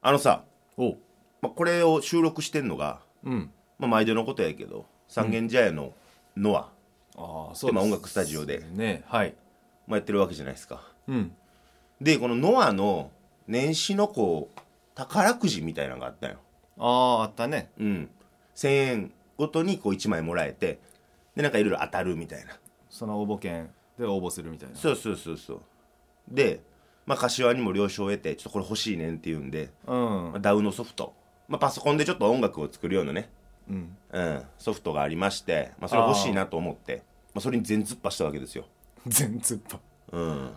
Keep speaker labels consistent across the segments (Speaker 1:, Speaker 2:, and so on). Speaker 1: あのさ、
Speaker 2: おう
Speaker 1: まあ、これを収録してんのが、
Speaker 2: うん
Speaker 1: まあ、毎度のことやけど三軒茶屋のノア、
Speaker 2: ああ
Speaker 1: でまあ音楽スタジオで
Speaker 2: ねはい
Speaker 1: まあ、やってるわけじゃないですか
Speaker 2: うん
Speaker 1: でこのノアの年始のこう宝くじみたいなのがあったよ
Speaker 2: あああったね
Speaker 1: うん1000円ごとにこう1枚もらえてでなんかいろいろ当たるみたいな
Speaker 2: その応募券で応募するみたいな
Speaker 1: そうそうそうそうで、まあ、柏にも了承を得てちょっとこれ欲しいねんって言うんで、
Speaker 2: うん
Speaker 1: まあ、ダウのソフト、まあ、パソコンでちょっと音楽を作るようなね、
Speaker 2: うん
Speaker 1: うん、ソフトがありまして、まあ、それ欲しいなと思ってまあ、それに全突破したわけですよ
Speaker 2: 全突破
Speaker 1: うん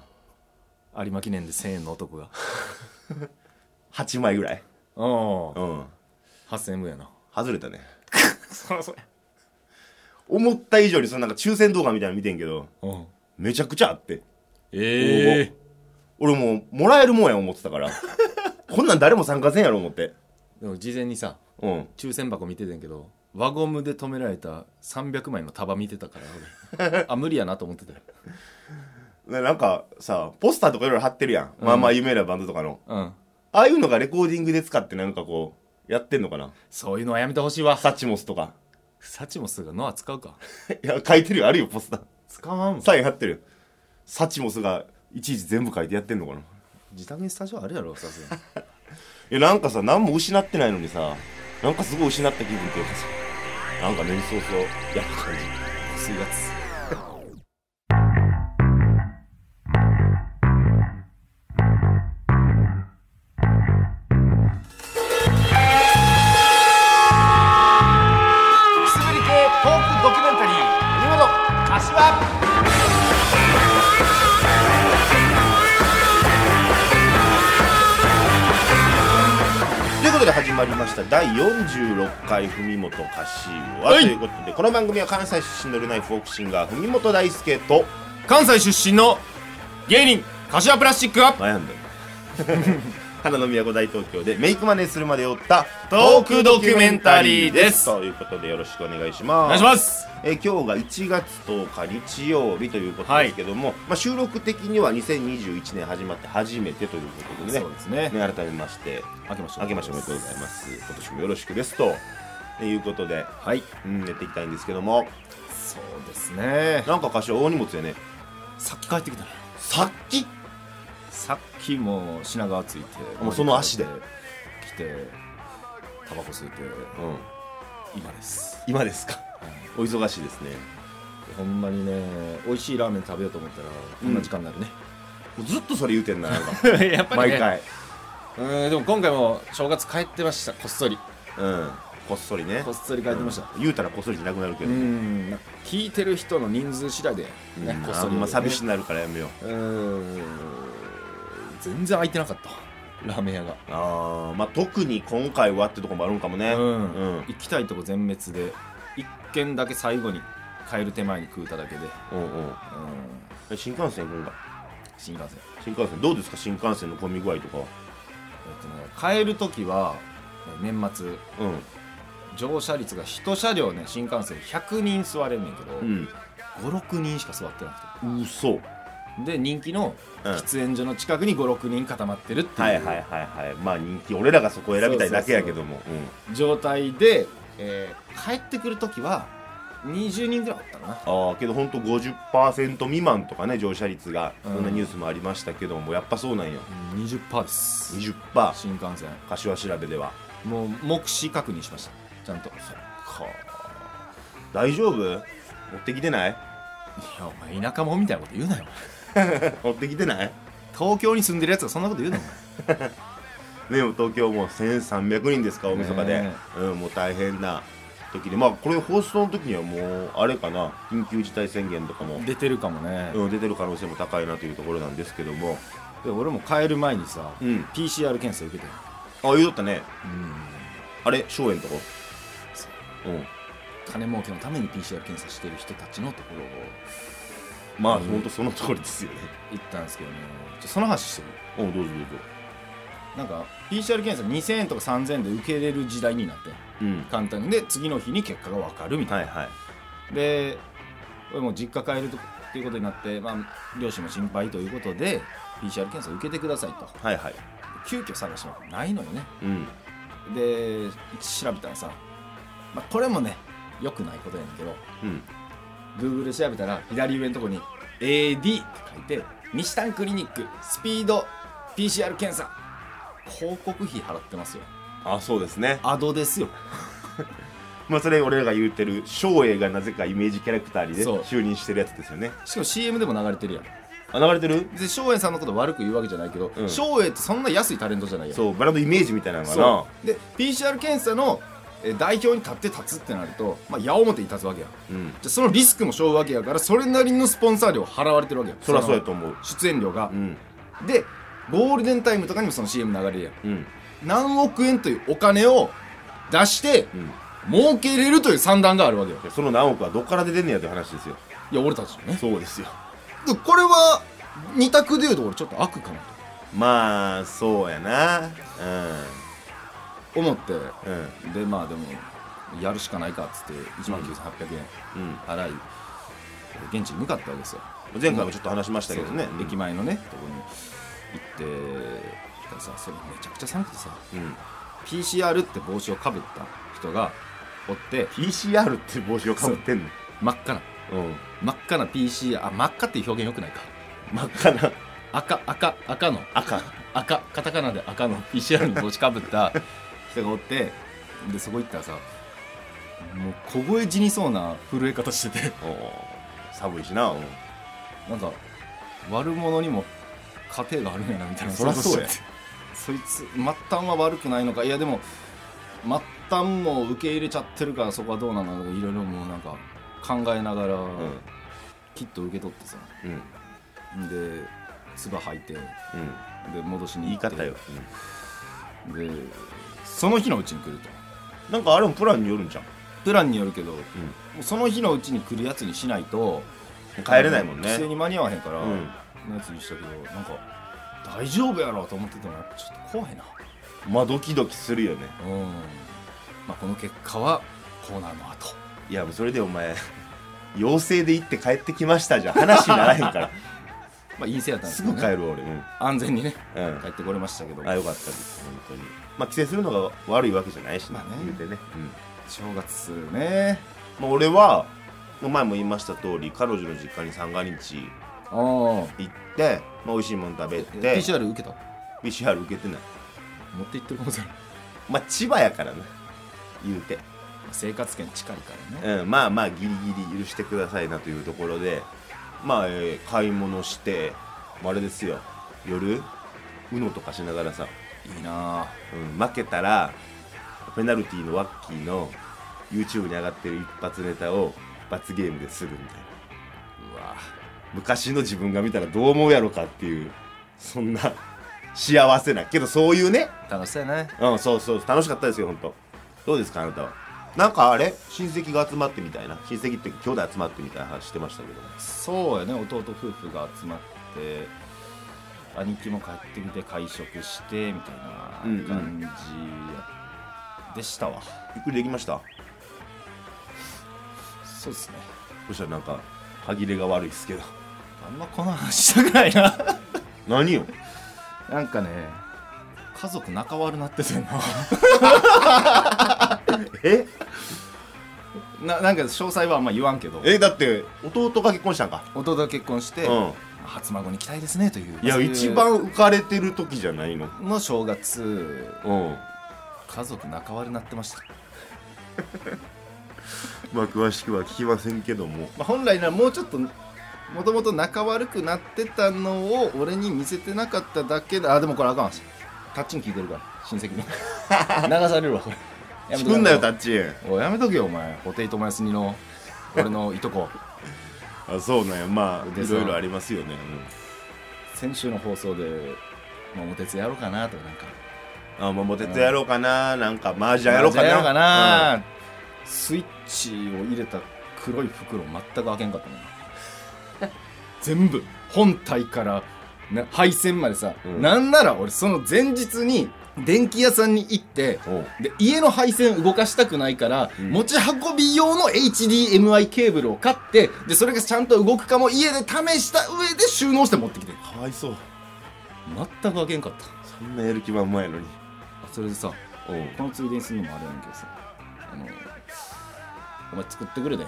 Speaker 2: 有馬記念で1000円の 男が
Speaker 1: 8枚ぐらい
Speaker 2: うん
Speaker 1: うん
Speaker 2: 8000円分やな
Speaker 1: 外れたね
Speaker 2: そらそや
Speaker 1: 思った以上にそのなんか抽選動画みたいなの見てんけど
Speaker 2: うん
Speaker 1: めちゃくちゃあって
Speaker 2: ええ
Speaker 1: 俺もうもらえるもんや思ってたから こんなん誰も参加せんやろ思って
Speaker 2: でも事前にさ
Speaker 1: うん
Speaker 2: 抽選箱見ててんけど輪ゴムで止められた300枚の束見てたから 俺あ無理やなと思ってたよ
Speaker 1: ななんかさポスターとかいろいろ貼ってるやん、まあまあ有名なバンドとかの
Speaker 2: うん
Speaker 1: ああいうのがレコーディングで使ってなんかこうやってんのかな
Speaker 2: そういうのはやめてほしいわ
Speaker 1: サチモスとか
Speaker 2: サチモスがノア使うか
Speaker 1: いや書いてるよあるよポスター
Speaker 2: 使わん
Speaker 1: サイン貼ってるよサチモスがいちいち全部書いてやってんのかない
Speaker 2: 自宅にスタジオあるやろさすが
Speaker 1: や
Speaker 2: に
Speaker 1: なんかさ何も失ってないのにさなんかすごい失った気分っていうかさなんかねりそうそうやった感じ
Speaker 2: 水月
Speaker 3: くすぶり系トークドキュメンタリー「海本柏」
Speaker 1: ということで始まりました第46回文本歌詞は、ということでこの番組は関西出身のルナイフフォークシンガー文本大輔と
Speaker 2: 関西出身の芸人柏プラスチックが
Speaker 1: 悩 んでる花の都大東京でメイクマネーするまで追った
Speaker 2: トークドキュメンタリーです
Speaker 1: ということでよろしくお願いします
Speaker 2: お願いします
Speaker 1: えー今日が1月10日日曜日ということですけども、まあ、収録的には2021年始まって初めてということでね
Speaker 2: そうです
Speaker 1: ね
Speaker 2: ね
Speaker 1: 改めまして
Speaker 2: 明けまし
Speaker 1: 明けましておめでとうございます今年もよろしくですということで、
Speaker 2: はい
Speaker 1: うん、やっていきたいんですけども
Speaker 2: そうですね
Speaker 1: なんか柏大荷物やね
Speaker 2: さっき帰ってきたね
Speaker 1: さっき
Speaker 2: さっきも品川ついて
Speaker 1: もうその足で
Speaker 2: 来てタバコ吸うて
Speaker 1: うん
Speaker 2: 今です
Speaker 1: 今ですかお忙しいですね
Speaker 2: ほんまにね美味しいラーメン食べようと思ったらこんな時間になるね、
Speaker 1: もうずっとそれ言うてんななんか
Speaker 2: やっぱり、
Speaker 1: 毎
Speaker 2: ね、
Speaker 1: 回
Speaker 2: うんでも今回も正月帰ってましたこっそり
Speaker 1: うんこっそりね
Speaker 2: こっそり帰ってました、
Speaker 1: 言うたらこっそりじゃなくなるけ
Speaker 2: う
Speaker 1: ど、
Speaker 2: んなんか聞いてる人の人数次第で、ね
Speaker 1: うん
Speaker 2: こっ
Speaker 1: あ
Speaker 2: そり、
Speaker 1: んま寂しくなるからやめよう
Speaker 2: うん全然空いてなかったラーメン屋が、
Speaker 1: あーまあ特に今回はってとこもあるんかもね
Speaker 2: うん
Speaker 1: うん
Speaker 2: 行きたいとこ全滅で一軒だけ最後に帰る手前に食うただけで、うん、
Speaker 1: うんうんえ新幹線今回
Speaker 2: 新幹線
Speaker 1: 新幹線どうですか新幹線の混み具合とかは
Speaker 2: えっとね帰る時は年末
Speaker 1: うん
Speaker 2: 乗車率が1車両ね新幹線100人座れんねんけど、
Speaker 1: うん
Speaker 2: 56人しか座ってなくて
Speaker 1: うそ
Speaker 2: で人気の
Speaker 1: うん
Speaker 2: 喫煙所の近くに56人固まってるって
Speaker 1: はいいは
Speaker 2: う
Speaker 1: いはいはいまあ人気俺らがそこを選びたいだけやけどもうん
Speaker 2: 状態で、えー帰ってくる時は20人ぐらいおったかな
Speaker 1: ああけどほんと50%未満とかね乗車率がそ
Speaker 2: うん
Speaker 1: んなニュースもありましたけどもやっぱそうなんよ
Speaker 2: 20%です
Speaker 1: 20%
Speaker 2: 新幹線
Speaker 1: 柏調べでは
Speaker 2: もう目視確認しましたちゃんとい
Speaker 1: か大丈夫持ってきてない
Speaker 2: やお前田舎者みたいなこと言うなよ
Speaker 1: 持ってきてない
Speaker 2: 東京に住んでるやつがそんなこと言うなよ
Speaker 1: ね、東京も1300人ですか大晦日で、
Speaker 2: ね
Speaker 1: うん、もう大変な時でまあこれ放送の時にはもうあれかな緊急事態宣言とか も、
Speaker 2: 出てるかもね、
Speaker 1: うん、出てる可能性も高いなというところなんですけども
Speaker 2: で俺も帰る前にさ、
Speaker 1: うん
Speaker 2: PCR 検査受けて
Speaker 1: あ言うとったね
Speaker 2: うん
Speaker 1: あれ荘園とこ
Speaker 2: そ
Speaker 1: うん
Speaker 2: 金儲けのために PCR 検査してる人たちのところを
Speaker 1: まあ、
Speaker 2: うん
Speaker 1: ほんとその通りですよね
Speaker 2: 行ったんですけどねちょその話してる
Speaker 1: うんどうぞどうぞ
Speaker 2: なんか PCR 検査2000円とか3000円で受けれる時代になって
Speaker 1: うん
Speaker 2: 簡単にで次の日に結果が分かるみたいな
Speaker 1: はいはい
Speaker 2: で俺も実家帰るとっていうことになって、まあ、両親も心配ということで PCR 検査受けてくださいと
Speaker 1: はいはい
Speaker 2: 急遽探してもないのよね
Speaker 1: うん
Speaker 2: で調べたらさ、まあ、これもね良くないことやねんけど
Speaker 1: うん
Speaker 2: Google で調べたら左上のとこに AD って書いて西丹クリニックスピード PCR 検査広告費払ってますよ
Speaker 1: あそうですね
Speaker 2: アドですよ
Speaker 1: まあそれ俺らが言うてる照英がなぜかイメージキャラクターにね
Speaker 2: そう
Speaker 1: 就任してるやつですよね
Speaker 2: しかも CM でも流れてるやん
Speaker 1: あ流れてる
Speaker 2: 別に照英さんのこと悪く言うわけじゃないけど
Speaker 1: うん
Speaker 2: 照英、ってそんな安いタレントじゃないよ
Speaker 1: そうバラのイメージみたいなのかな
Speaker 2: そうで PCR 検査のえー代表に立って立つってなると、まあ、矢面に立つわけやじ
Speaker 1: うん
Speaker 2: ゃあそのリスクも背負うわけやからそれなりのスポンサー料払われてるわけや
Speaker 1: そりゃそうやと思う
Speaker 2: その出演料が
Speaker 1: う、ん
Speaker 2: でゴールデンタイムとかにもその CM 流れるやん
Speaker 1: うん
Speaker 2: 何億円というお金を出して
Speaker 1: うん
Speaker 2: 儲けれるという算段があるわけよ
Speaker 1: いやその何億はどっから出てんねやって話ですよ
Speaker 2: いや俺たちのね
Speaker 1: そうですよ
Speaker 2: でこれは二択でいうと俺ちょっと悪かな
Speaker 1: まあそうやな
Speaker 2: と思って
Speaker 1: うんうん
Speaker 2: でまあでもやるしかないかっつって1万9800円
Speaker 1: うん
Speaker 2: 払い現地に向かったわけですよ
Speaker 1: 前回もちょっと話しましたけどね
Speaker 2: そう
Speaker 1: うん
Speaker 2: 駅前のねとこに行ってたらさそれめちゃくちゃ寒くてさ
Speaker 1: うん
Speaker 2: PCR って帽子をかぶった人がおって
Speaker 1: PCR って帽子をかぶってんの
Speaker 2: 真っ赤な
Speaker 1: うん
Speaker 2: 真っ赤な PCR あ真っ赤っていう表現よくないか
Speaker 1: 真っ赤な
Speaker 2: 赤赤赤の
Speaker 1: 赤
Speaker 2: 赤カタカナで赤の PCR の帽子かぶった人がおってでそこ行ったらさもう凍え死にそうな震え方してて
Speaker 1: おー寒いしなうん
Speaker 2: なんか悪者にも家庭があるんやなみたいな
Speaker 1: そらそうや
Speaker 2: 想像しててそいつ末端は悪くないのかいやでも末端も受け入れちゃってるからそこはどうなのかいろいろもうなんか考えながら
Speaker 1: うん
Speaker 2: きっと受け取ってさ
Speaker 1: うん
Speaker 2: で唾吐いてで
Speaker 1: うん
Speaker 2: 戻し
Speaker 1: 言
Speaker 2: に行
Speaker 1: い
Speaker 2: って
Speaker 1: 方よ
Speaker 2: でその日のうちに来ると
Speaker 1: なんかあれもプランによるんじゃん
Speaker 2: プランによるけど、もうその日のうちに来るやつにしないと
Speaker 1: 帰れないもん
Speaker 2: 帰省
Speaker 1: ね
Speaker 2: に間に合わへんから、
Speaker 1: うん
Speaker 2: のやつにしたけどなんか大丈夫やろうと思っててもやっぱちょっと怖いな
Speaker 1: まあドキドキするよね
Speaker 2: うんまあこの結果はコーナーの後
Speaker 1: いやもうそれでお前陽性で行って帰ってきましたじゃ話にならへんから
Speaker 2: まあ陰性やったんですすけど
Speaker 1: ぐ
Speaker 2: ね
Speaker 1: 帰るわ俺うん
Speaker 2: 安全にね
Speaker 1: うん
Speaker 2: 帰ってこれましたけど
Speaker 1: あよかったです本当にまあ帰省するのが悪いわけじゃないしね,、
Speaker 2: まあね
Speaker 1: 言うてね、うん
Speaker 2: 正月ね
Speaker 1: まあ、俺は前も言いました通り彼女の実家に三が日
Speaker 2: ああ
Speaker 1: 行って、まあ、美味しいもの食べ
Speaker 2: え
Speaker 1: て
Speaker 2: PCR 受けた
Speaker 1: PCR 受けてない
Speaker 2: 持って行ってるかもしれない
Speaker 1: まあ千葉やからね言うて、
Speaker 2: まあ生活圏近いからね
Speaker 1: うん、まあまあギリギリ許してくださいなというところでまあ、えー買い物して、まあ、あれですよ夜 UNO とかしながらさ、
Speaker 2: いいなあ
Speaker 1: うん、負けたらペナルティーのワッキーの YouTube に上がってる一発ネタを罰ゲームでするみたいな
Speaker 2: うわ
Speaker 1: 昔の自分が見たらどう思うやろかっていうそんな幸せなけどそういうね
Speaker 2: 楽しそうやね
Speaker 1: うんそうそう楽しかったですよ本当どうですかあなたはなんかあれ親戚が集まってみたいな親戚っていうか兄弟集まってみたいな話してましたけども
Speaker 2: そうやね弟夫婦が集まって兄貴も帰ってきて会食してみたいな
Speaker 1: うんうん
Speaker 2: 感じやでしたわ、
Speaker 1: ゆっくりできました
Speaker 2: そうですね
Speaker 1: そしたらなんか歯切れが悪いですけど
Speaker 2: あんまこの話したくないな
Speaker 1: 何よ
Speaker 2: なんかね家族仲悪なっててん
Speaker 1: え
Speaker 2: なななんか詳細はあんま言わんけど
Speaker 1: えだって弟が結婚したんか
Speaker 2: 弟が結婚して、
Speaker 1: うん
Speaker 2: 初孫に期待ですねという
Speaker 1: いや
Speaker 2: そうう
Speaker 1: 一番浮かれてる時じゃないの
Speaker 2: の正月
Speaker 1: うん
Speaker 2: 家族仲悪なってました、
Speaker 1: まあ詳しくは聞きませんけども
Speaker 2: まあ、本来ならもうちょっともともと仲悪くなってたのを俺に見せてなかっただけだあでもこれあかんわタッチン聞いてるから親戚 の流されるわこれやめとけ
Speaker 1: 作んなよタッチ
Speaker 2: おいやめとけよお前布袋寅泰の俺のいとこ
Speaker 1: あそうなんやまあ
Speaker 2: で
Speaker 1: い
Speaker 2: さ
Speaker 1: ろいろありますよね、
Speaker 2: 先週の放送で「桃鉄やろうかな」とかなんか
Speaker 1: うん、あ桃鉄やろうかな、なんか麻雀やろうか
Speaker 2: 麻雀
Speaker 1: な
Speaker 2: やろうかな、スイッチを入れた黒い袋全く開けんかったね 全部本体からな配線までさ、
Speaker 1: うん
Speaker 2: なんなら俺その前日に電気屋さんに行って
Speaker 1: うんおう
Speaker 2: で家の配線動かしたくないから、持ち運び用の HDMI ケーブルを買ってでそれがちゃんと動くかも家で試した上で収納して持ってきて
Speaker 1: かわいそう
Speaker 2: 全く開けんかった
Speaker 1: こんなやる気はうまいのに
Speaker 2: それでさ
Speaker 1: おう
Speaker 2: このついでにするのもあれやねんけどさあのお前作ってくれで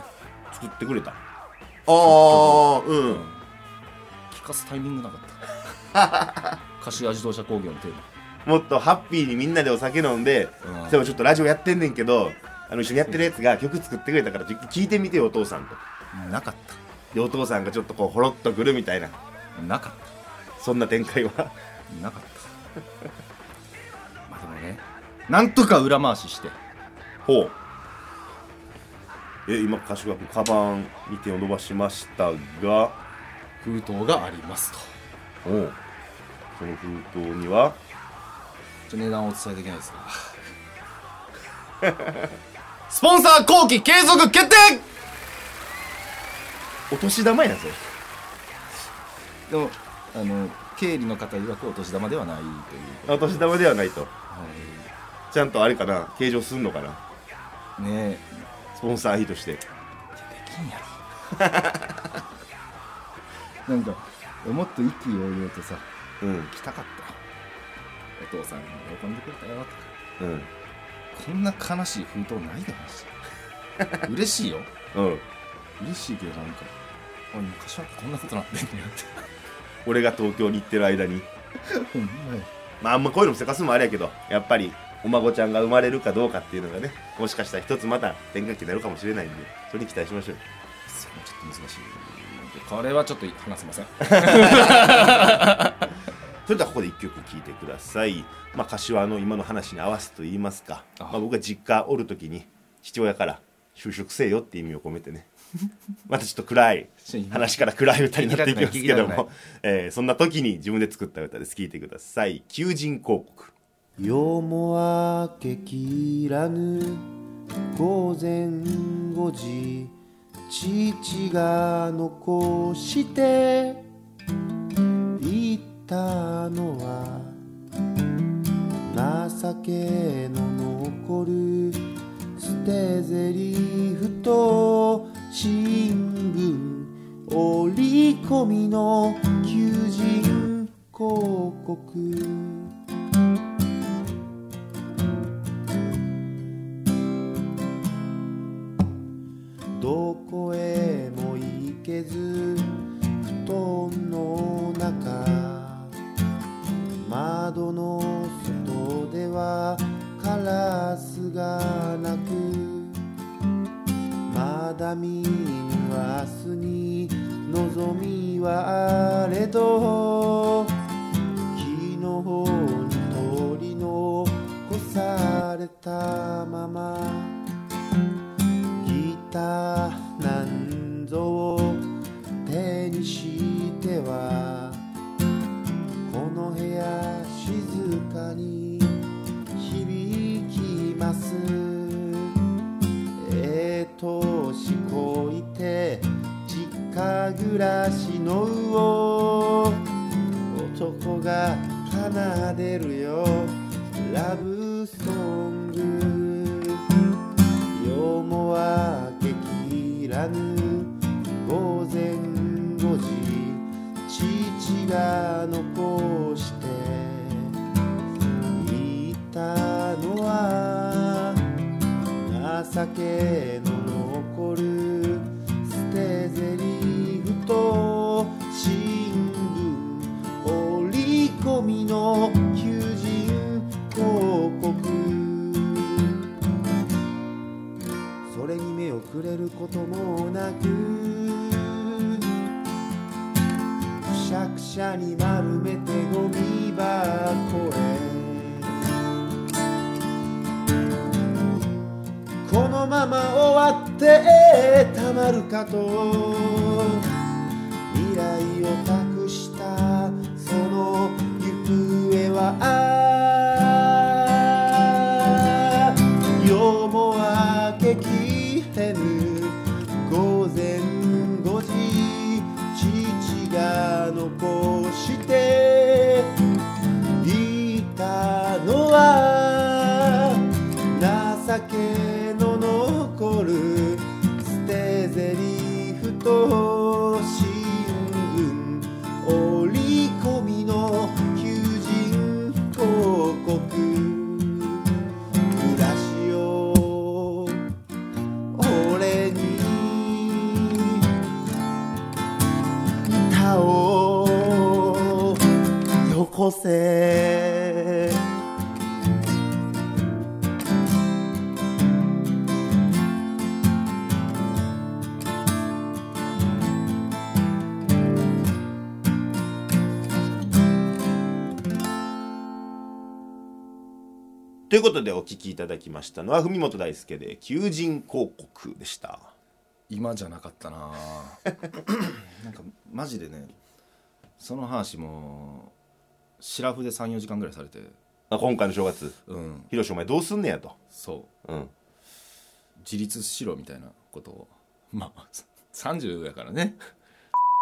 Speaker 1: 作ってくれたああうん
Speaker 2: 聞かすタイミングなかった 柏自動車工業のテーマ
Speaker 1: もっとハッピーにみんなでお酒飲んで、
Speaker 2: うん
Speaker 1: でもちょっとラジオやってんねんけどあの一緒にやってるやつが曲作ってくれたからちょ聞いてみてよお父さんと
Speaker 2: なかっ
Speaker 1: でお父さんがちょっとこうほろっとくるみたいな
Speaker 2: たなかっ
Speaker 1: そんな展 開は
Speaker 2: たなかったまあでもねなんとか裏回しして
Speaker 1: ほうえ今柏君カバン2点を伸ばしましたが
Speaker 2: 封筒がありますと
Speaker 1: おうその封筒には
Speaker 2: ちょっと値段をお伝えできないですがスポンサー後期継続決定
Speaker 1: お年玉やなそれ
Speaker 2: でもあの経理の方曰くお年玉ではないという
Speaker 1: お年玉ではないと
Speaker 2: は
Speaker 1: ちゃんとあれかな計上すんのかない
Speaker 2: ね
Speaker 1: スポンサー費として
Speaker 2: えできんやろ なんかもっと意気揚々とさ
Speaker 1: うん
Speaker 2: 来たかったお父さんが喜んでくれたよと
Speaker 1: うん
Speaker 2: かこんな悲しい封筒ないでました嬉しいよ
Speaker 1: うん
Speaker 2: 嬉しいけどなんかおい昔はこんなことなってんねやっ
Speaker 1: 俺が東京に行ってる間に
Speaker 2: てほんまや
Speaker 1: まああんまこういうのせかすのもあれやけどやっぱりお孫ちゃんが生まれるかどうかっていうのがねもしかしたら一つまた転換期になるかもしれないんでそれに期待しましょう
Speaker 2: それもちょっと難しいこれはちょっと話せません
Speaker 1: それではここで一曲聴いてくださいまあ柏の今の話に合わせと言いますか
Speaker 2: あ
Speaker 1: まあ、僕が実家おる時に父親から就職せえよって意味を込めてねまたちょっと暗い話から暗い歌になっていきますけど
Speaker 2: 聞きたくない
Speaker 1: も、えーそんな時に自分で作った歌です聴いてください「求人広告」
Speaker 4: 夜も明けきらぬ午前5時父が残して言ったのは情けの残る捨て台詞と新聞折り込みの求人広告どこへも行けず布団の中窓の外ではカラスが鳴くまだ見ぬ明日に望みはあれど木の方に鳥の残されたままギターなんぞを手にしてはこの部屋静かに響きますええ年こいて実家暮らしの魚男が奏でるよラブソング夜も明けきらぬ午前5時父が残して言ったのは情けの残る捨て台詞と新聞折り込みの求人広告それに目をくれることもなくくしゃくしゃに丸めてゴミ箱へこのまま終わってたまるかと未来を託したその行方は夜も明けきれぬ午前5時父が残していたのは情けの残る捨て台詞と新聞折り込みの求人広告
Speaker 1: ということでお聞きいただきましたのは文本大輔で求人広告でした
Speaker 2: 今じゃなかったな なんかマジでねその話もシラフで34時間ぐらいされて
Speaker 1: まあ今回の正月
Speaker 2: うん
Speaker 1: 広ロお前どうすんねやと
Speaker 2: そう
Speaker 1: うん
Speaker 2: 自立しろみたいなことをまあ30やからね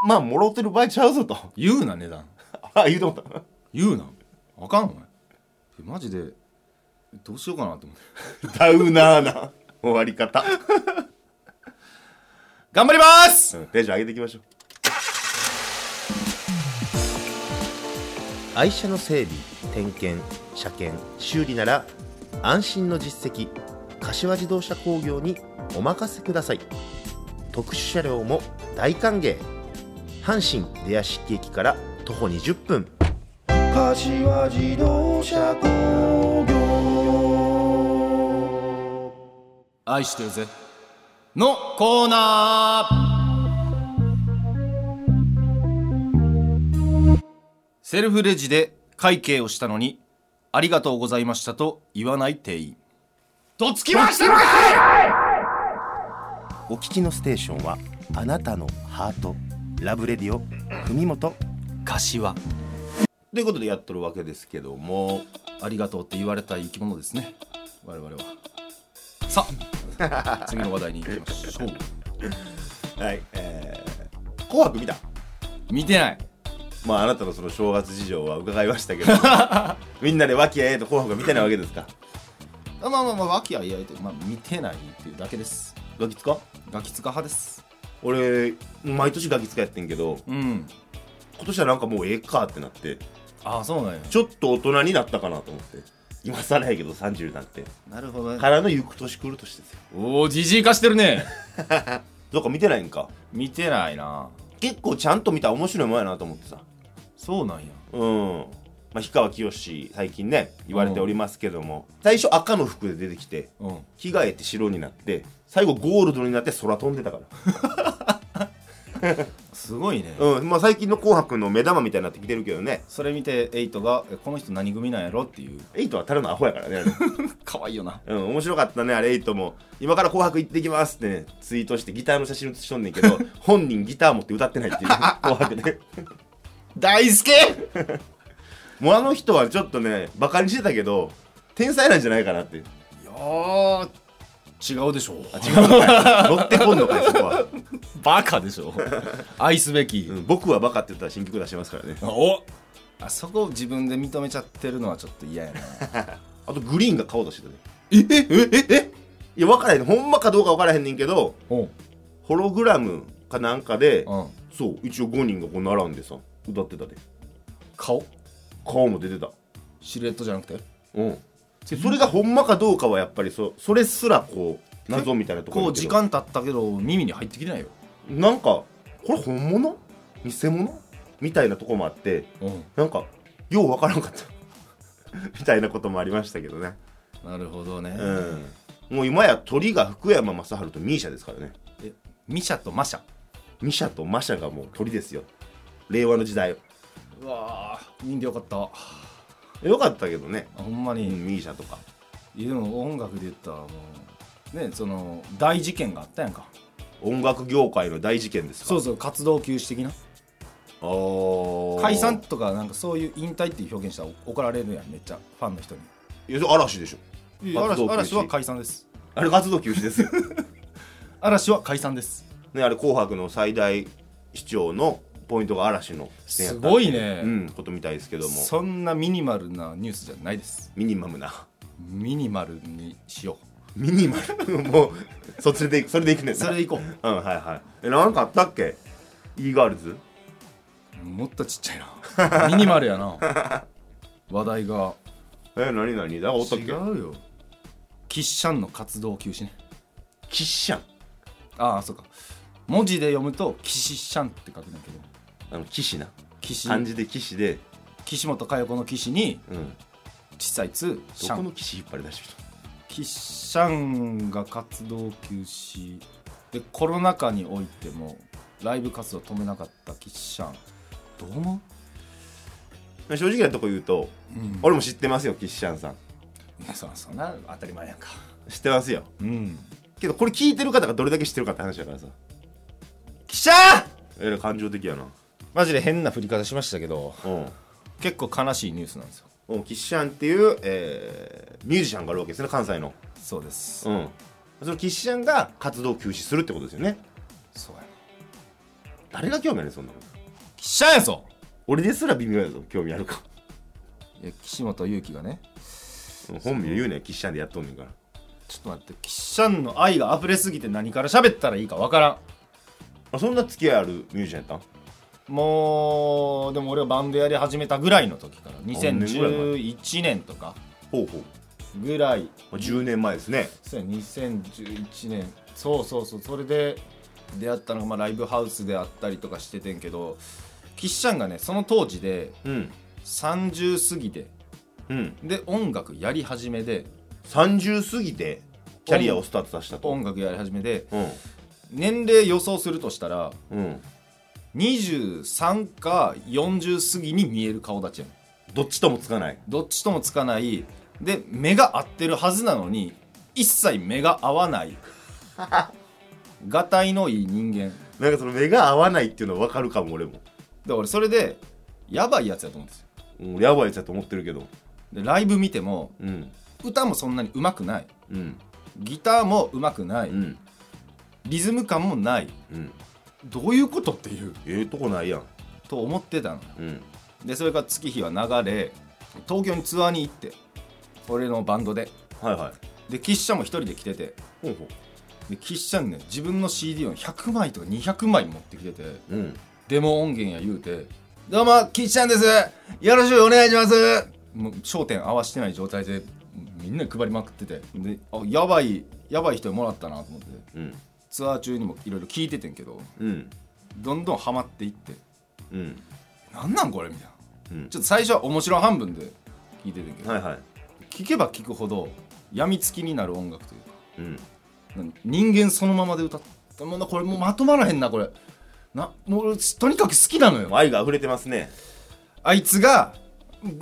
Speaker 1: まあもろてる場合ちゃうぞと
Speaker 2: 言うな値段
Speaker 1: あ言うと思った
Speaker 2: 言うなあかんお前えマジでどうしようかなと思って
Speaker 1: ダウナーな終わり方、
Speaker 2: 頑張ります
Speaker 1: うん、テンション上げていきましょう
Speaker 5: 愛車の整備点検車検修理なら安心の実績柏自動車工業にお任せください特殊車両も大歓迎阪神出屋敷駅から徒歩20分
Speaker 4: 柏自動車工業
Speaker 2: 愛してるぜのコーナーセルフレジで会計をしたのにありがとうございましたと言わない店員どつきましたのか
Speaker 5: お聞きのステーションはあなたのハートラブレディオ文元
Speaker 2: 柏
Speaker 1: ということでやっとるわけですけども
Speaker 2: ありがとうって言われたい生き物ですね我々はさ あ次の話題に行きましょう
Speaker 1: はいえー、紅白見た
Speaker 2: 見てない
Speaker 1: まああなたのその正月事情は伺いましたけ どみんなで和気あいあいと紅白が見てないわけですか
Speaker 2: あまあまあまあ和気あいあいというまあ見てないっていうだけです
Speaker 1: ガキツカ
Speaker 2: ガキツカ派です
Speaker 1: 俺毎年ガキ使やってんけど
Speaker 2: うん
Speaker 1: 今年はなんかもうええかってなって
Speaker 2: ああそうなんや
Speaker 1: ちょっと大人になったかなと思って今更やけど30になって
Speaker 2: なるほどね
Speaker 1: からの行く年来る年ですよ
Speaker 2: おおじじい化してるね
Speaker 1: どっか見てないんか
Speaker 2: 見てないな
Speaker 1: 結構ちゃんと見たら面白いもんやなと思ってさ
Speaker 2: そうなんや
Speaker 1: うんまあ氷川きよし最近ね言われておりますけども最初赤の服で出てきて
Speaker 2: うん
Speaker 1: 着替えて白になって最後ゴールドになって空飛んでたから
Speaker 2: すごいね、
Speaker 1: うん、まあ最近の「紅白」の目玉みたいになってきてるけどね
Speaker 2: それ見てエイトがえこの人何組なんやろっていう
Speaker 1: エイトはただのアホやからねあ れ
Speaker 2: 可愛いよな
Speaker 1: うん面白かったねあれエイトも「今から紅白行ってきます」ってねツイートしてギターの写真写しとんねん けど本人ギター持って歌ってないっていう紅白で
Speaker 2: 大輔
Speaker 1: もうあの人はちょっとねバカにしてたけど天才なんじゃないかなっていう
Speaker 2: いやー違うでしょ
Speaker 1: あ違うのかい乗ってこんのかいそこは、
Speaker 2: バカでし ょ愛すべき、
Speaker 1: うん、僕はバカって言ったら新曲出してますからね
Speaker 2: おあそこを自分で認めちゃってるのはちょっと嫌やな
Speaker 1: あとグリーンが顔出してたね
Speaker 2: えええええ
Speaker 1: いや分からへんほんまかどうか分からへんねんけど
Speaker 2: おう
Speaker 1: ホログラムかなんかで
Speaker 2: うん
Speaker 1: そう一応5人がこう並んでさ歌ってたで
Speaker 2: 顔
Speaker 1: 顔も出てた
Speaker 2: シルエットじゃなくて
Speaker 1: うんでそれがほんまかどうかはやっぱりそうそれすらこう謎みたいなところ
Speaker 2: こ
Speaker 1: や
Speaker 2: う
Speaker 1: け
Speaker 2: 時
Speaker 1: ど
Speaker 2: 間経ったけど耳に入ってきてないよ
Speaker 1: なんかこれ本物偽物みたいなとこもあって
Speaker 2: うん
Speaker 1: なんかようわからんかった みたいなこともありましたけどね
Speaker 2: なるほどね、
Speaker 1: うんもう今や鳥が福山雅治とミーシャですからね
Speaker 2: えミシャとマシャ
Speaker 1: ミシャとマシャがもう鳥ですよ令和の時代
Speaker 2: うわーいいんでよかったあ
Speaker 1: よかったけどね、
Speaker 2: ほんま
Speaker 1: う
Speaker 2: に、
Speaker 1: ん、ミーシャとか
Speaker 2: いやでも音楽で言ったらもうねその大事件があったやんか
Speaker 1: 音楽業界の大事件ですか
Speaker 2: そうそう活動休止的な
Speaker 1: あー
Speaker 2: 解散とかなんかそういう引退っていう表現したら怒られるやんめっちゃファンの人に
Speaker 1: いや嵐でしょ
Speaker 2: いや
Speaker 1: 活
Speaker 2: 嵐
Speaker 1: 動休止
Speaker 2: 嵐は解散です
Speaker 1: あれ活動休止 ですよ
Speaker 2: 嵐は解散です
Speaker 1: ね、あれ「紅白」の最大視聴のポイントが嵐の出演や
Speaker 2: す
Speaker 1: った
Speaker 2: ごいね、
Speaker 1: うん、ことみたいですけども
Speaker 2: そんなミニマルなニュースじゃないです
Speaker 1: ミニマムな
Speaker 2: ミニマルにしよ
Speaker 1: ミニマル もうそっちでいくそれでいくねん
Speaker 2: う
Speaker 1: な
Speaker 2: それでいこう
Speaker 1: うんはいはいえなんかあったっけ e ガールズ
Speaker 2: もっとちっちゃいな ミニマルやな話題が
Speaker 1: え何何だおったっ
Speaker 2: 違う
Speaker 1: け
Speaker 2: よキッシャンの活動休止ね
Speaker 1: キッシャン
Speaker 2: ああそうか文字で読むとキシシャンって書くんだけど
Speaker 1: あの騎士な
Speaker 2: 岸
Speaker 1: 漢字で騎士で、
Speaker 2: 岸本佳代子の岸に
Speaker 1: うん、
Speaker 2: 小さい「つ」シ
Speaker 1: ど
Speaker 2: ャ
Speaker 1: こ
Speaker 2: ン
Speaker 1: の騎士引っ張り出してきた
Speaker 2: キッシャンが活動休止でコロナ禍においてもライブ活動止めなかったキッシャンどう思
Speaker 1: まあ正直なとこ言うと
Speaker 2: う、うん、
Speaker 1: 俺も知ってますよキッシャンさん
Speaker 2: そそんな当たり前やんか
Speaker 1: 知ってますよ
Speaker 2: うん
Speaker 1: けどこれ聞いてる方がどれだけ知ってるかって話だからさ
Speaker 2: 記者
Speaker 1: えらい感情的やな
Speaker 2: マジで変な振り方しましたけど
Speaker 1: うん
Speaker 2: 結構悲しいニュースなんですよ
Speaker 1: うんキッシャンっていう、えーミュージシャンがあるわけですね関西の
Speaker 2: そうです
Speaker 1: うんそのキッシャンが活動を休止するってことですよね
Speaker 2: そうやね
Speaker 1: 誰が興味あるのそんなの
Speaker 2: 記者やぞ
Speaker 1: 俺ですら微妙やぞ興味あるか、
Speaker 2: いや岸本勇樹がね
Speaker 1: うん本名言うねキッシャンでやっとんねんから
Speaker 2: ちょっと待ってキッシャンの愛が溢れすぎて何から喋ったらいいかわからん
Speaker 1: あそんな付き合いあるミュージシャンやったん
Speaker 2: もうでも俺はバンドやり始めたぐらいの時から
Speaker 1: 年ぐらい前
Speaker 2: 2011年とか
Speaker 1: ほうほう
Speaker 2: ぐらい
Speaker 1: まあ10年前ですね
Speaker 2: そうや2011年そうそうそうそれで出会ったのが、まあ、ライブハウスであったりとかしててんけどキッシャンがねその当時で
Speaker 1: うん
Speaker 2: 30過ぎて
Speaker 1: うん
Speaker 2: で音楽やり始めで
Speaker 1: 30過ぎてキャリアをスタートさせたと
Speaker 2: 音楽やり始めで
Speaker 1: うん
Speaker 2: 年齢予想するとしたら
Speaker 1: うん
Speaker 2: 23か40過ぎに見える顔立ちやねん
Speaker 1: どっちともつかない
Speaker 2: どっちともつかないで目が合ってるはずなのに一切目が合わない がたいのいい人間
Speaker 1: なんかその目が合わないっていうの分かるかも俺も
Speaker 2: で俺それでやばいやつやと思うんですよ
Speaker 1: うんやばいやつやと思ってるけど
Speaker 2: でライブ見ても
Speaker 1: うん
Speaker 2: 歌もそんなに上手くない
Speaker 1: うん
Speaker 2: ギターも上手くない、
Speaker 1: うん
Speaker 2: リズム感もない
Speaker 1: うん
Speaker 2: どういうことっていう
Speaker 1: ええとこないやん
Speaker 2: と思ってたの
Speaker 1: うん
Speaker 2: でそれから月日は流れ東京にツアーに行って俺のバンドで
Speaker 1: はいはい
Speaker 2: でキッシャンも一人で来てて
Speaker 1: ほうほ
Speaker 2: でキッシャンね自分の CD を100枚とか200枚持ってきてて
Speaker 1: ううん
Speaker 2: デモ音源や言うて「どうもキッシャンですよろしくお願いします」もう焦点合わしてない状態でみんなに配りまくっててであやばいやばい人にもらったなと思って
Speaker 1: うん
Speaker 2: ツアー中にもいろいろ聞いててんけど
Speaker 1: うん
Speaker 2: どんどんハマっていって
Speaker 1: うん
Speaker 2: 「なんなんこれ」みたいな、
Speaker 1: うん
Speaker 2: ちょっと最初は面白半分で聞いててんけど、
Speaker 1: はいはい
Speaker 2: 聞けば聞くほどやみつきになる音楽というか
Speaker 1: うん
Speaker 2: なん人間そのままで歌ったもうなこれもうまとまらへんなこれなもう俺とにかく好きなのよ
Speaker 1: 愛が溢れてますね
Speaker 2: あいつが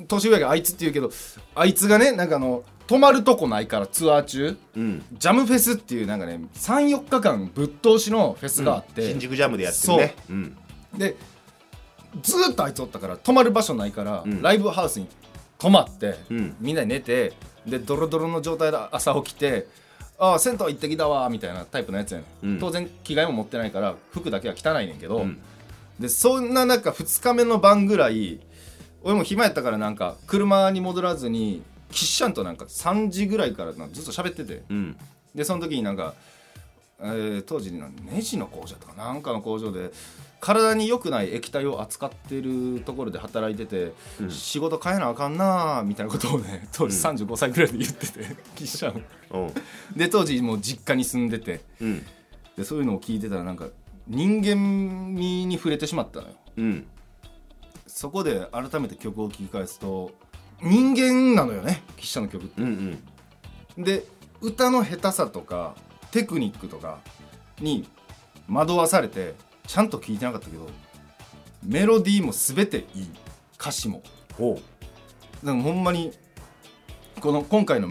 Speaker 2: 年上があいつって言うけどあいつがねなんかあの泊まるとこないからツアー中
Speaker 1: うん
Speaker 2: ジャムフェスっていうなんかね34日間ぶっ通しのフェスがあって、
Speaker 1: 新宿ジャムでやってるねうん
Speaker 2: でずーっとあいつおったから泊まる場所ないから、
Speaker 1: うん
Speaker 2: ライブハウスに泊まって、
Speaker 1: うん
Speaker 2: みんなで寝てでドロドロの状態で朝起きて「ああ銭湯行ってきたわ」みたいなタイプのやつやね、
Speaker 1: うん
Speaker 2: ん、当然着替えも持ってないから服だけは汚いねんけど、
Speaker 1: うん
Speaker 2: でそんな中2日目の晩ぐらい俺も暇やったからなんか車に戻らずにキッシャンとなんか3時ぐらいからなんかずっと喋ってて。
Speaker 1: うん
Speaker 2: でその時になんか、えー当時なんネジの工場とかなんかの工場で体に良くない液体を扱ってるところで働いてて、
Speaker 1: うん
Speaker 2: 仕事変えなあかんなあみたいなことをね当時35歳ぐらいで言ってて、キッシャン
Speaker 1: うん
Speaker 2: で当時もう実家に住んでて
Speaker 1: うん
Speaker 2: でそういうのを聞いてたらなんか人間味に触れてしまったのよ
Speaker 1: うん
Speaker 2: そこで改めて曲を聴き返すと人間なのよねキッシャンの曲って
Speaker 1: うんうん
Speaker 2: で歌の下手さとかテクニックとかに惑わされてちゃんと聞いてなかったけどメロディーも全ていい歌詞も
Speaker 1: ほ
Speaker 2: でもほんまにこの今回の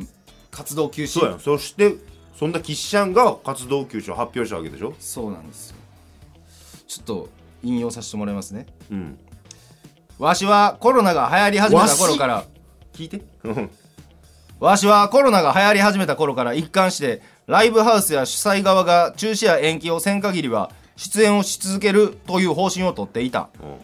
Speaker 2: 活動休
Speaker 1: う
Speaker 2: 止
Speaker 1: そうやんそしてそんなキッシャンが活動休止を発表したわけでしょ
Speaker 2: そうなんですよちょっと引用させてもらいますね
Speaker 1: うん
Speaker 2: わしはコロナが流行り始めた頃から聞いてわしはコロナが流行り始めた頃から一貫してライブハウスや主催側が中止や延期をせん限りは出演をし続けるという方針をとっていた
Speaker 1: うん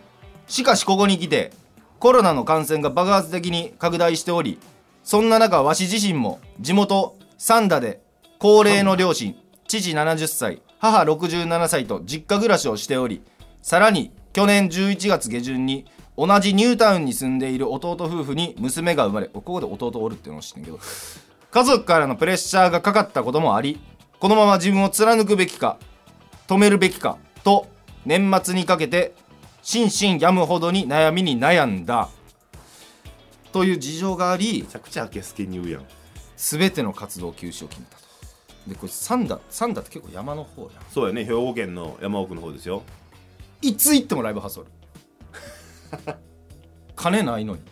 Speaker 2: しかしここに来てコロナの感染が爆発的に拡大しておりそんな中わし自身も地元三田で高齢の両親父70歳母67歳と実家暮らしをしておりさらに去年11月下旬に同じニュータウンに住んでいる弟夫婦に娘が生まれここで弟おるっていうのを知ってんけど家族からのプレッシャーがかかったこともありこのまま自分を貫くべきか止めるべきかと年末にかけて心身病むほどに悩みに悩んだという事情があり
Speaker 1: めちゃくちゃあけすけに言うやん
Speaker 2: 全ての活動休止を決めたとでこれ三田三田って結構山の方やん
Speaker 1: そうやね兵庫県の山奥の方ですよ
Speaker 2: いつ行ってもライブハウスおる 金ないのに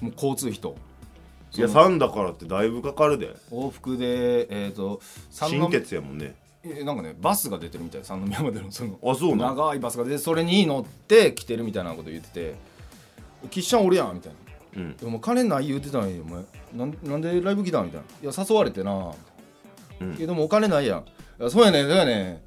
Speaker 2: もう交通費と
Speaker 1: いや3だからってだいぶかかるで
Speaker 2: 往復でえっ、と三
Speaker 1: 新鉄やもんね
Speaker 2: えなんかねバスが出てるみたい三宮までのその
Speaker 1: あそうなん
Speaker 2: 長いバスが出てそれに乗って来てるみたいなこと言ってて「岸ちゃんおるやん」みたいな「
Speaker 1: うん
Speaker 2: いやお前金ない言うてたんやお前なんなんでライブ来たん?」みたいな「いや誘われてな」
Speaker 1: うん
Speaker 2: いやでもお金ないやん」いや「そうやねんそうやねん」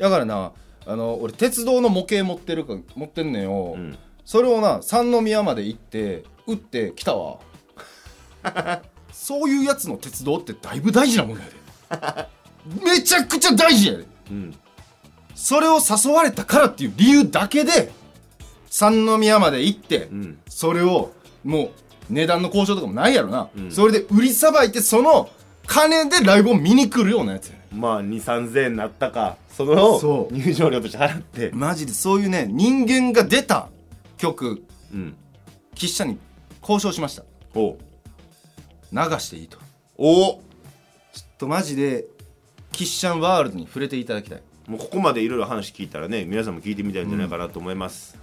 Speaker 2: だからなあの俺鉄道の模型持ってるか持ってんねんよ、
Speaker 1: うん
Speaker 2: それをな三宮まで行って打って来 たわそういうやつの鉄道ってだいぶ大事なもんやでめちゃくちゃ大事やで
Speaker 1: うん
Speaker 2: それを誘われたからっていう理由だけで三宮まで行って、
Speaker 1: うん
Speaker 2: それをもう値段の交渉とかもないやろな、
Speaker 1: ん
Speaker 2: それで売りさばいてその金でライブを見に来るようなやつやね
Speaker 1: まあ2 3 0円になったかその
Speaker 2: そう
Speaker 1: 入場料として払って
Speaker 2: マジでそういうね人間が出た曲
Speaker 1: うん
Speaker 2: 喫茶に交渉しました
Speaker 1: おう
Speaker 2: 流していいと
Speaker 1: おう
Speaker 2: ちょっとマジでキッシャンワールドに触れていただきたい
Speaker 1: もうここまでいろいろ話聞いたらね皆さんも聞いてみたいんじゃないかなと思います、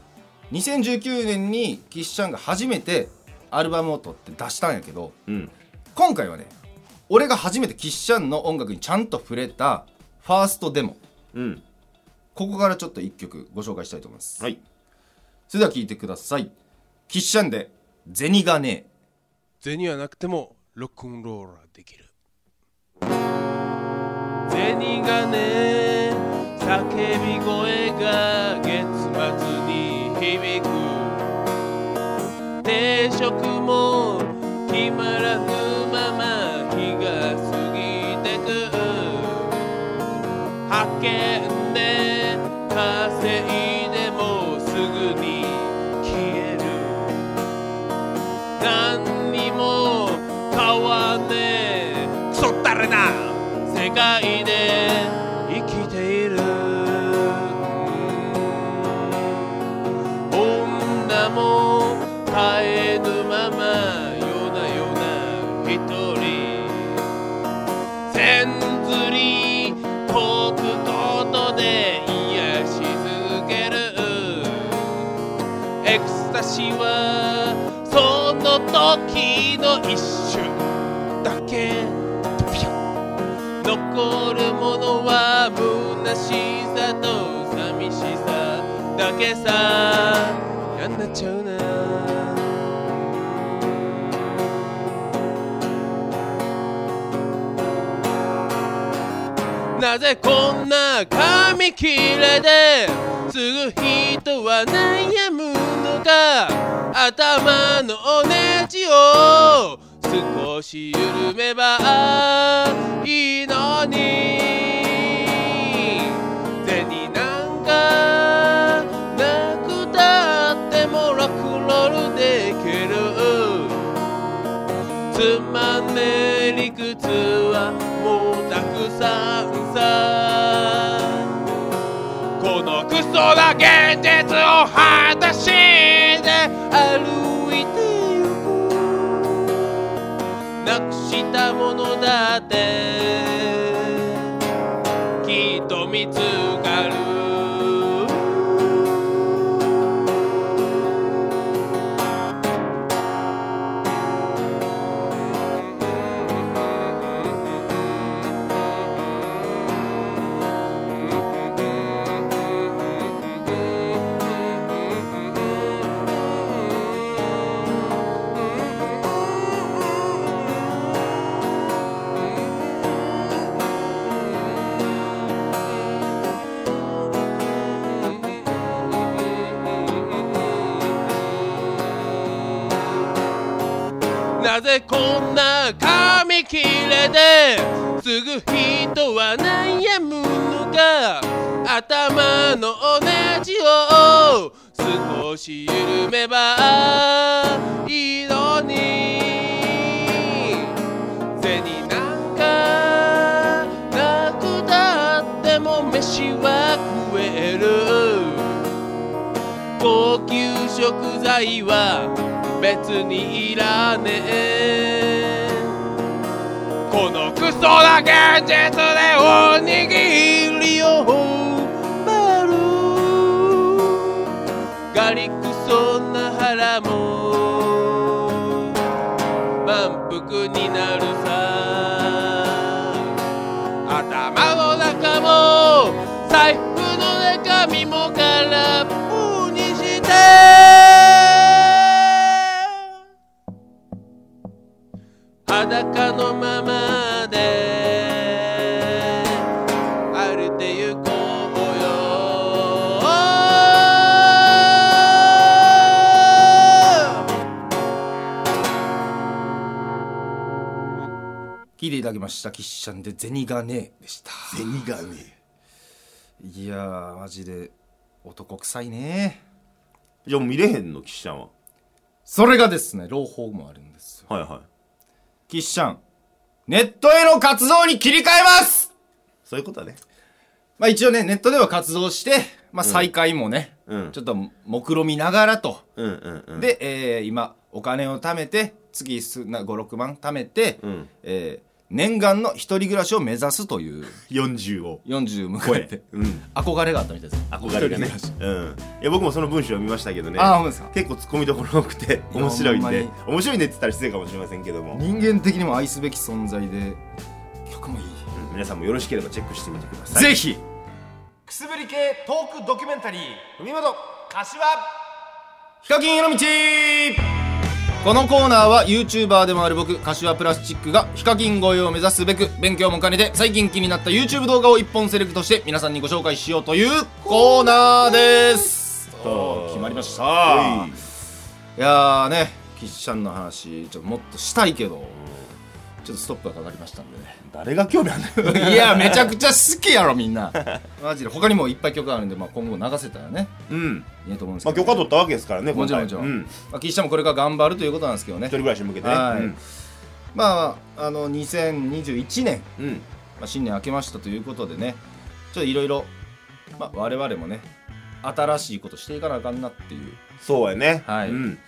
Speaker 2: 2019年にキッシャンが初めてアルバムを取って出したんやけど
Speaker 1: うん、
Speaker 2: 今回はね俺が初めてキッシャンの音楽にちゃんと触れたファーストデモ
Speaker 1: うん、
Speaker 2: ここからちょっと1曲ご紹介したいと思います、
Speaker 1: はい
Speaker 2: それでは聴いてくださいキッシャンで「銭がねえ」
Speaker 6: 銭はなくてもロックンローラーできる銭がね叫び声が月末に響く定食も決まらぬまま日が過ぎてく派遣で稼いでもすぐに消える何にも変わんねえクソったれな世界で生きている女も絶えぬまま夜な夜な一人千ずり解くことで癒し続けるエクスタシーはその時の一瞬だけ残るものは虚しさと寂しさだけさやんなっちゃうななぜこんな紙切れですぐ人は悩むのか頭のおネジを少し緩めばいいのに銭なんかなくたってもロックンロールできるつまんねえ理屈はもうたくさんさこのクソな現実を果たして歩いてゆくなくしたものだってきっと見つかるなぜこんな紙切れですぐ人は悩むのか頭のおネジを少し緩めばいいのに銭なんかなくたっても飯は食える高級食材は別にいらねえこのクソな現実でおにぎりを張るガリクソな腹も満腹
Speaker 2: 聞いていただきましたキッシャンで「銭がねえ」でした
Speaker 1: 銭がね
Speaker 2: いやーマジで男臭いね
Speaker 1: じゃあもう見れへんの岸ちゃんは
Speaker 2: それがですね朗報もあるんですよ
Speaker 1: はいはい
Speaker 2: キッシャンネットへの活動に切り替えます
Speaker 1: そういうことね
Speaker 2: まあ一応ねネットでは活動して、まあ、再開も
Speaker 1: う
Speaker 2: ね、
Speaker 1: ん
Speaker 2: ちょっと目論みながらと
Speaker 1: うんうんうん
Speaker 2: で、えー今お金を貯めて月数な56万貯めて、
Speaker 1: ん
Speaker 2: えー念願の一人暮らしを目指すという
Speaker 1: 40を
Speaker 2: 40迎えて、
Speaker 1: うん
Speaker 2: 憧れがあったみたいです
Speaker 1: 憧れがね
Speaker 2: 一人暮らし、
Speaker 1: うん、いや僕もその文章を見ましたけどね
Speaker 2: ああほんまですか
Speaker 1: 結構ツッコミどころ多く て面白いん
Speaker 2: ほん
Speaker 1: で面白いねって言ったら失礼かもしれませんけども、
Speaker 2: 人間的にも愛すべき存在で曲もいい、
Speaker 1: うん皆さんもよろしければチェックしてみてください
Speaker 2: ぜひ
Speaker 3: くすぶり系トークドキュメンタリー海本柏
Speaker 2: ヒカキンへの道このコーナーは YouTuber でもある僕柏プラスチックがヒカキン超えを目指すべく勉強も兼ねて最近気になった YouTube 動画を1本セレクトして皆さんにご紹介しようというコーナーです
Speaker 1: と
Speaker 2: 決まりました
Speaker 1: はい
Speaker 2: いやーねキッシャンの話ちょっともっとしたいけどちょっとストップがかかりましたんでね
Speaker 1: 誰が興味あんの
Speaker 2: いやめちゃくちゃ好きやろみんなマジで他にもいっぱい曲あるんで、まあ、今後も流せたらね
Speaker 1: うん
Speaker 2: いいと思うんです
Speaker 1: ま
Speaker 2: け
Speaker 1: あ許
Speaker 2: ど、
Speaker 1: 可取ったわけですからね
Speaker 2: も
Speaker 1: 今
Speaker 2: ちろ
Speaker 1: 回
Speaker 2: んもちろん、
Speaker 1: うん、一
Speaker 2: まあ、岸下もこれから頑張るということなんですけどね
Speaker 1: 人暮らしに向けてね
Speaker 2: はいまああの2021年、
Speaker 1: うん、うん
Speaker 2: まあ、新年明けましたということでねちょっといろいろまあ我々もね新しいことしていかなあかんなっていう
Speaker 1: そうやね
Speaker 2: はい
Speaker 1: うん、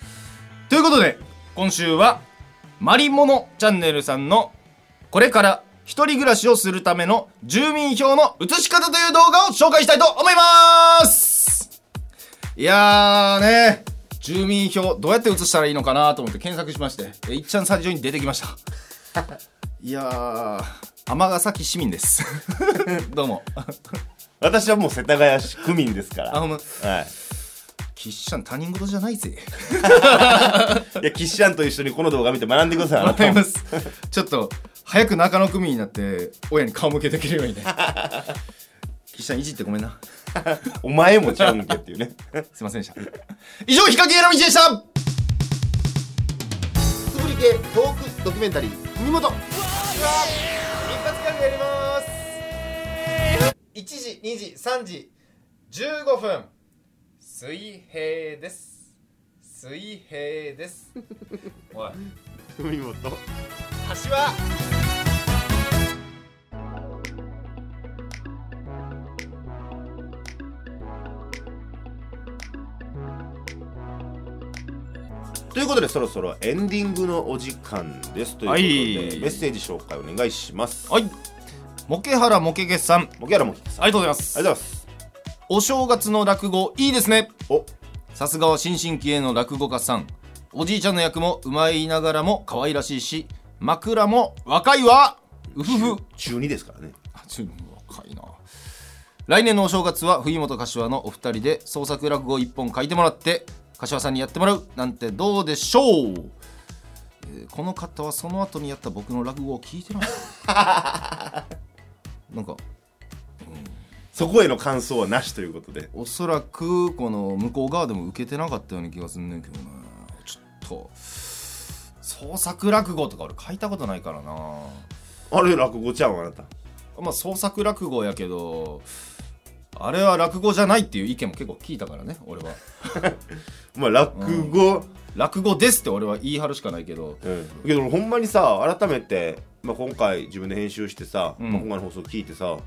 Speaker 2: ということで今週はマリモノチャンネルさんのこれから一人暮らしをするための住民票の写し方という動画を紹介したいと思いますいやーね住民票どうやって写したらいいのかなと思って検索しましてえいっちゃんスタジオに出てきましたいやー尼崎市民です どうも
Speaker 1: 私はもう世田谷市区民ですから
Speaker 2: あほんま
Speaker 1: はい
Speaker 2: キッシャン他人事じゃないぜ
Speaker 1: いや、キッシャンと一緒にこの動画見て学んでくだ さい。
Speaker 2: わかります。ちょっと、早く中野組になって、親に顔向けできるようにね。岸さん、いじってごめんな。
Speaker 1: お前もちゃうんけっていうね。
Speaker 2: すいませんでした。以上、ヒカキンへの道でした
Speaker 5: つぶり系トークドキュメンタリー海本
Speaker 2: 1時、2時、3時、15分。水平です。水平です。おい。
Speaker 5: 海本
Speaker 3: 柏
Speaker 1: ということで、そろそろエンディングのお時間です。ということで、
Speaker 2: はい
Speaker 1: メッセージ紹介お願いします。
Speaker 2: はい。モケハラモケゲさん。あり
Speaker 1: モキャラモキキさん。あ
Speaker 2: がとうございます。
Speaker 1: りがとうございます。
Speaker 2: お正月の落語、いいですね。
Speaker 1: お、
Speaker 2: さすがは新進気鋭の落語家さんおじいちゃんの役もうまいながらも可愛らしいし枕も若いわうふふ
Speaker 1: 中2ですからね。
Speaker 2: あちょ若いな来年のお正月は冬本柏のお二人で創作落語を一本書いてもらって柏さんにやってもらうなんてどうでしょう、えーこの方はその後にやった僕の落語を聞 いてないなんか
Speaker 1: そこへの感想はなしということで。
Speaker 2: おそらくこの向こう側でも受けてなかったような気がすんねんけどなちょっと創作落語とか俺書いたことないからな
Speaker 1: あれ、落語ちゃうん、あなた。
Speaker 2: まあ創作落語やけどあれは落語じゃないっていう意見も結構聞いたからね俺は
Speaker 1: まあ、落語。
Speaker 2: 落語ですって俺は言い張るしかないけど
Speaker 1: うん。けど、ほんまにさ、改めて、まあ、今回自分で編集してさ、
Speaker 2: ん
Speaker 1: まあ今回の放送聞いてさ、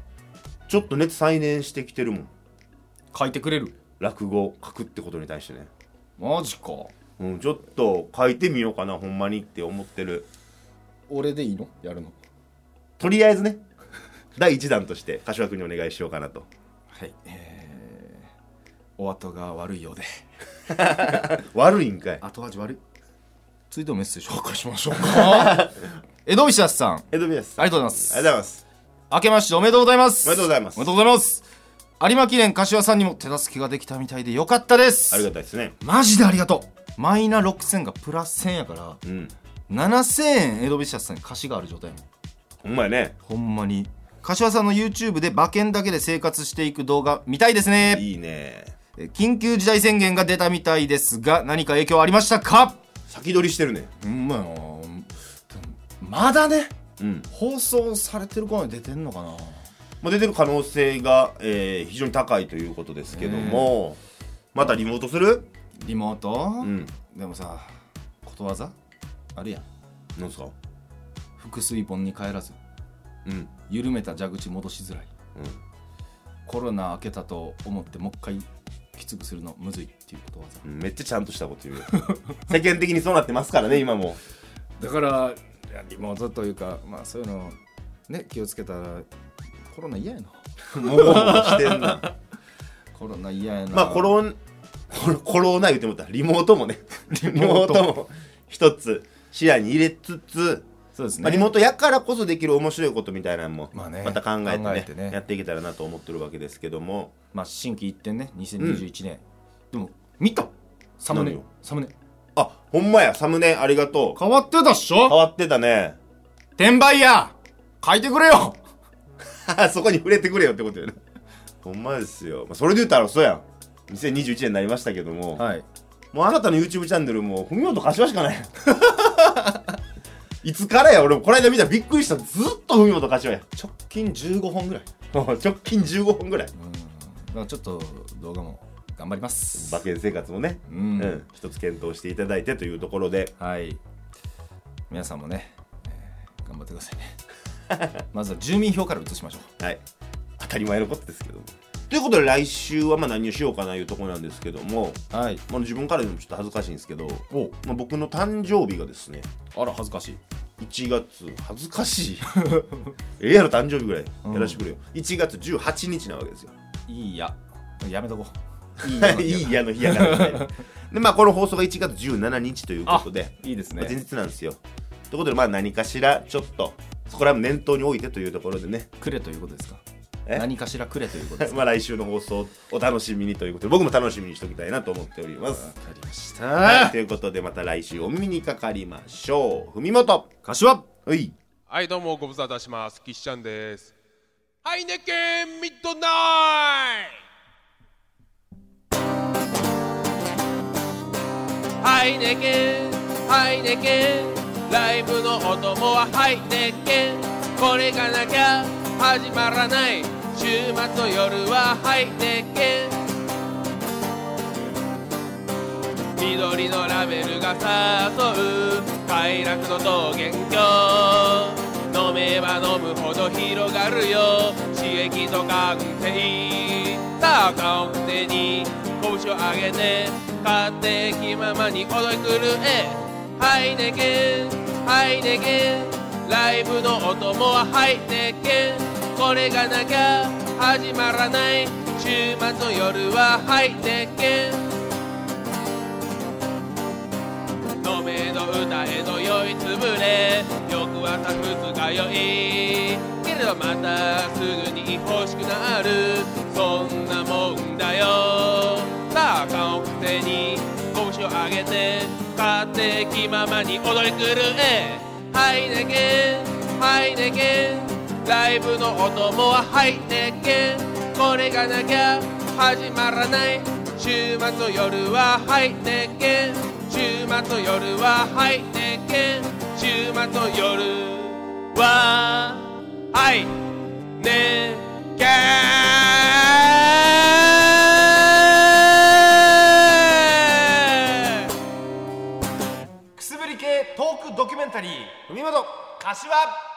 Speaker 1: ちょっと熱再燃してきてるもん。
Speaker 2: 書いてくれる
Speaker 1: 落語書くってことに対してね。
Speaker 2: マジか
Speaker 1: うん、ちょっと書いてみようかなほんまにって思ってる
Speaker 2: 俺でいいのやるの
Speaker 1: とりあえずね 第1弾として柏君にお願いしようかなと
Speaker 2: はいえー、お後が悪いようで
Speaker 1: 悪いんかい
Speaker 2: 後味悪い続いてのメッセージ紹介しましょう か江戸シャスさん
Speaker 1: エドビアス
Speaker 2: ありがとうご
Speaker 1: あり
Speaker 2: ざいま
Speaker 1: が
Speaker 2: す
Speaker 1: とうございます
Speaker 2: 明けましておめでとうございます
Speaker 1: おめでとうございます
Speaker 2: おめでとうございます有馬記念柏さんにも手助けができたみたいでよかったです
Speaker 1: ありがたいですね
Speaker 2: マジでありがとうマイナ6000がプラス1000やから
Speaker 1: うん
Speaker 2: 7000円エドビシャスさんに貸しがある状態やもん
Speaker 1: ほんまやね
Speaker 2: ほんまに柏さんの YouTube で馬券だけで生活していく動画見たいですね
Speaker 1: いいね
Speaker 2: え緊急事態宣言が出たみたいですが何か影響ありましたか
Speaker 1: 先取りしてるね
Speaker 2: うんまあまだね
Speaker 1: うん
Speaker 2: 放送されてる頃に出てんのかな
Speaker 1: まあ、出てる可能性が、えー非常に高いということですけども、またリモートする
Speaker 2: リモート、
Speaker 1: うん
Speaker 2: でもさことわざあるやん
Speaker 1: なんすか
Speaker 2: 腹水盆に帰らず
Speaker 1: うん
Speaker 2: 緩めた蛇口戻しづらい、コロナ明けたと思ってもう一回きつくするのむずいっていうことわざ
Speaker 1: うんめっちゃちゃんとしたこと言う 世間的にそうなってますからね今も
Speaker 2: だからいやリモートというかまあそういうのね気をつけたらコロナ嫌やな
Speaker 1: もごもごしてんな
Speaker 2: コロナ嫌やな
Speaker 1: まあコロンコロコロナ言うてもったリモートもねリモートも一つ視野に入れつつ、
Speaker 2: そうですね、
Speaker 1: まあ、リモートやからこそできる面白いことみたいなのも、
Speaker 2: まあね
Speaker 1: た考えてね
Speaker 2: 考えてね
Speaker 1: やっていけたらなと思ってるわけですけども
Speaker 2: まあ新規一点ね2021年、でも見たサムネ
Speaker 1: 何を
Speaker 2: サムネ
Speaker 1: あほんまやサムネありがとう
Speaker 2: 変わってたっし
Speaker 1: 変
Speaker 2: ょ
Speaker 1: わってたね
Speaker 2: 転売や書いてくれよ
Speaker 1: そこに触れてくれよってことよねほんまですよ、まあ、それで言ったらそうやん2021年になりましたけども、
Speaker 2: はい
Speaker 1: もうあなたの YouTube チャンネルも文本柏しかない いつからや俺もこの間見たらびっくりしたずっと文本柏や
Speaker 2: 直近15本ぐらい
Speaker 1: もう 直近15本ぐらい
Speaker 2: だからちょっと動画も頑張ります
Speaker 1: 馬券生活もね、
Speaker 2: う、
Speaker 1: うんん、一つ検討していただいてというところで
Speaker 2: はい皆さんもね、えー頑張ってくださいね まずは住民票から移しましょ
Speaker 1: はい当たり前のことですけどもということで来週はまあ何をしようかないうところなんですけども
Speaker 2: うはい
Speaker 1: まあ自分からでもちょっと恥ずかしいんですけど、
Speaker 2: お
Speaker 1: まあ、僕の誕生日がですね
Speaker 2: あら恥ずかしい
Speaker 1: 1月恥ずかしいええやろ誕生日ぐらいやらしてくれよ、1月18日なわけですよ
Speaker 2: いいややめとこ うい
Speaker 1: い いやの日やからねでまあこの放送が1月17日ということで、
Speaker 2: いいです
Speaker 1: まあ前
Speaker 2: ね
Speaker 1: 日なんですよということでまあ何かしらちょっとそこら辺も念頭に置いてというところでね
Speaker 2: くれということですか
Speaker 1: え
Speaker 2: 何かしらくれということですか
Speaker 1: まあ来週の放送お楽しみにということで僕も楽しみにしておきたいなと思っております
Speaker 2: わ、かりまし
Speaker 1: はい、
Speaker 2: た
Speaker 1: ということでまた来週お耳にかかりましょう文元
Speaker 2: 柏
Speaker 1: はい
Speaker 6: はいどうもご無沙汰しますキッシャンですハイネケンミッドナイトハイネケンハイネケンライブのお供はハイネケンこれがなきゃ始まらない週末の夜はハイネケン緑のラベルが誘う快楽の桃源郷飲めば飲むほど広がるよ刺激と感性さあ顔手に拳を上げて勝手気ままに踊り狂えハイネケンハイネケンライブのお供はハイネケンこれがなきゃ始まらない週末の夜はハイネケン飲めど歌えど酔いつぶれ翌朝二日酔いけれどまたすぐに欲しくなるそんなもんだよさあ顔手に拳を上げて勝手気ままに踊り狂えハイネケンハイネケンライブのお供はハイネケンこれがなきゃ始まらない週末の夜はハイネケン週末の夜はハイネケン週末の夜はハイネケン
Speaker 3: くすぶり系トークドキュメンタリー海本柏